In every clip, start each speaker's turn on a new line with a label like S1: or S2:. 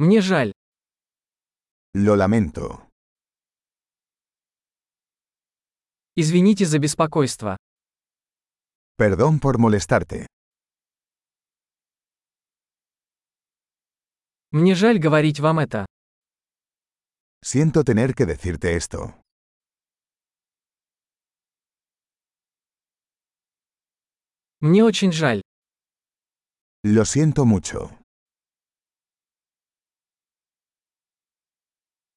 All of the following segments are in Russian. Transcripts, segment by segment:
S1: Мне жаль.
S2: Lo lamento.
S1: Извините за беспокойство.
S2: Perdón por molestarte.
S1: Мне жаль говорить вам это.
S2: Siento tener que decirte esto.
S1: Мне очень жаль.
S2: Lo siento mucho.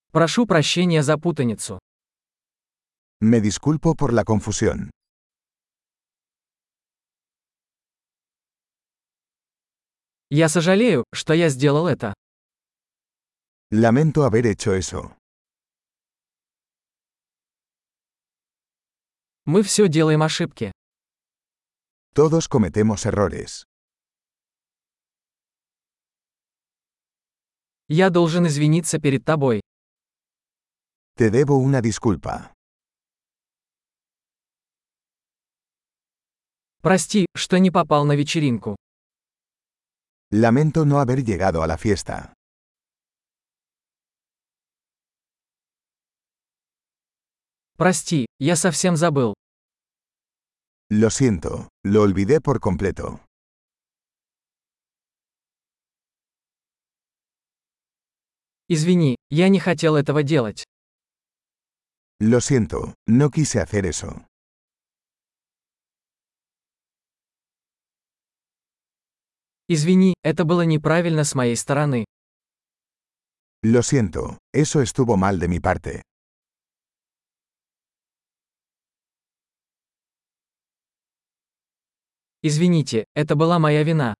S1: Прошу прощения за путаницу.
S2: Me disculpo por la confusión.
S1: Я сожалею, что я сделал это.
S2: Lamento haber hecho eso.
S1: Мы все делаем ошибки.
S2: Todos cometemos errores.
S1: Я должен извиниться перед тобой.
S2: Te debo una disculpa.
S1: Прости, что не попал на вечеринку.
S2: Lamento no haber llegado a la fiesta.
S1: Прости, я совсем забыл.
S2: Lo siento, lo olvidé por completo.
S1: Извини, я не хотел этого делать.
S2: Lo siento, no quise hacer eso.
S1: Извини, это было неправильно с моей стороны.
S2: Lo siento, eso estuvo mal de mi parte.
S1: Извините, это была моя вина.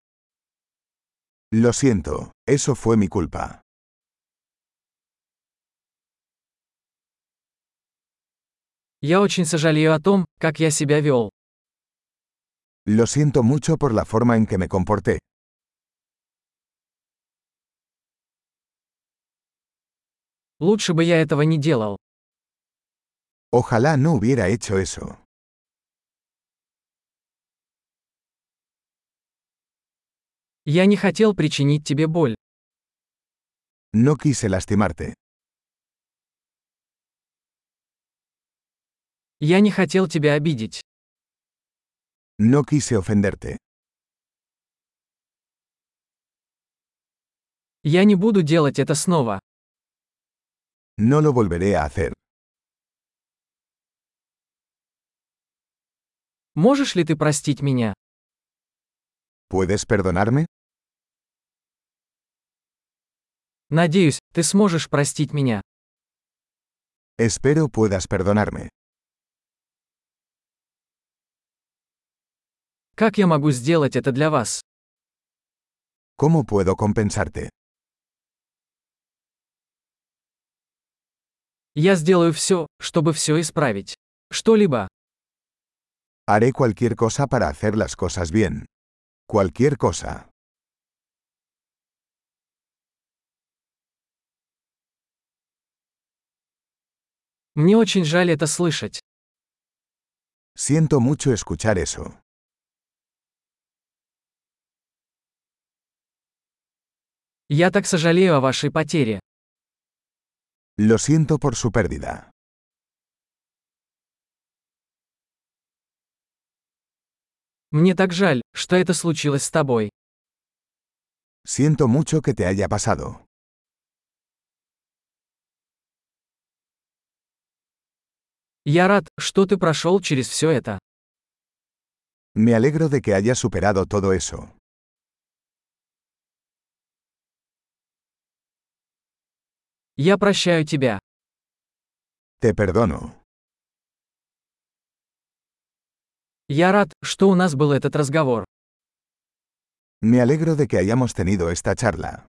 S2: Lo siento, eso fue mi culpa.
S1: Я очень сожалею о том, как я себя вел.
S2: Lo siento mucho por la forma en que me comporté.
S1: Лучше бы я этого не делал.
S2: Ojalá no hubiera hecho eso.
S1: Я не хотел причинить тебе боль.
S2: No quise lastimarte.
S1: Я не хотел тебя обидеть.
S2: No quise ofenderte.
S1: Я не буду делать это снова.
S2: No lo volveré a hacer.
S1: Можешь ли ты простить меня?
S2: ¿Puedes perdonarme?
S1: Надеюсь, ты сможешь простить меня.
S2: Espero puedas perdonarme.
S1: Как я могу сделать это для вас?
S2: ¿Cómo puedo compensarte?
S1: Я сделаю все, чтобы все исправить. Что-либо.
S2: Haré cualquier cosa para hacer las cosas bien. Cualquier cosa.
S1: Мне очень жаль это слышать.
S2: Siento mucho escuchar eso.
S1: Я так сожалею о вашей потере.
S2: Lo siento por su pérdida.
S1: Мне так жаль, что это случилось с тобой.
S2: Siento mucho que te haya pasado.
S1: Я рад, что ты прошел через все это.
S2: Me alegro de que hayas superado todo eso.
S1: Я прощаю тебя.
S2: Te perdono.
S1: Я рад, что у нас был этот разговор.
S2: Me alegro de que hayamos tenido esta charla.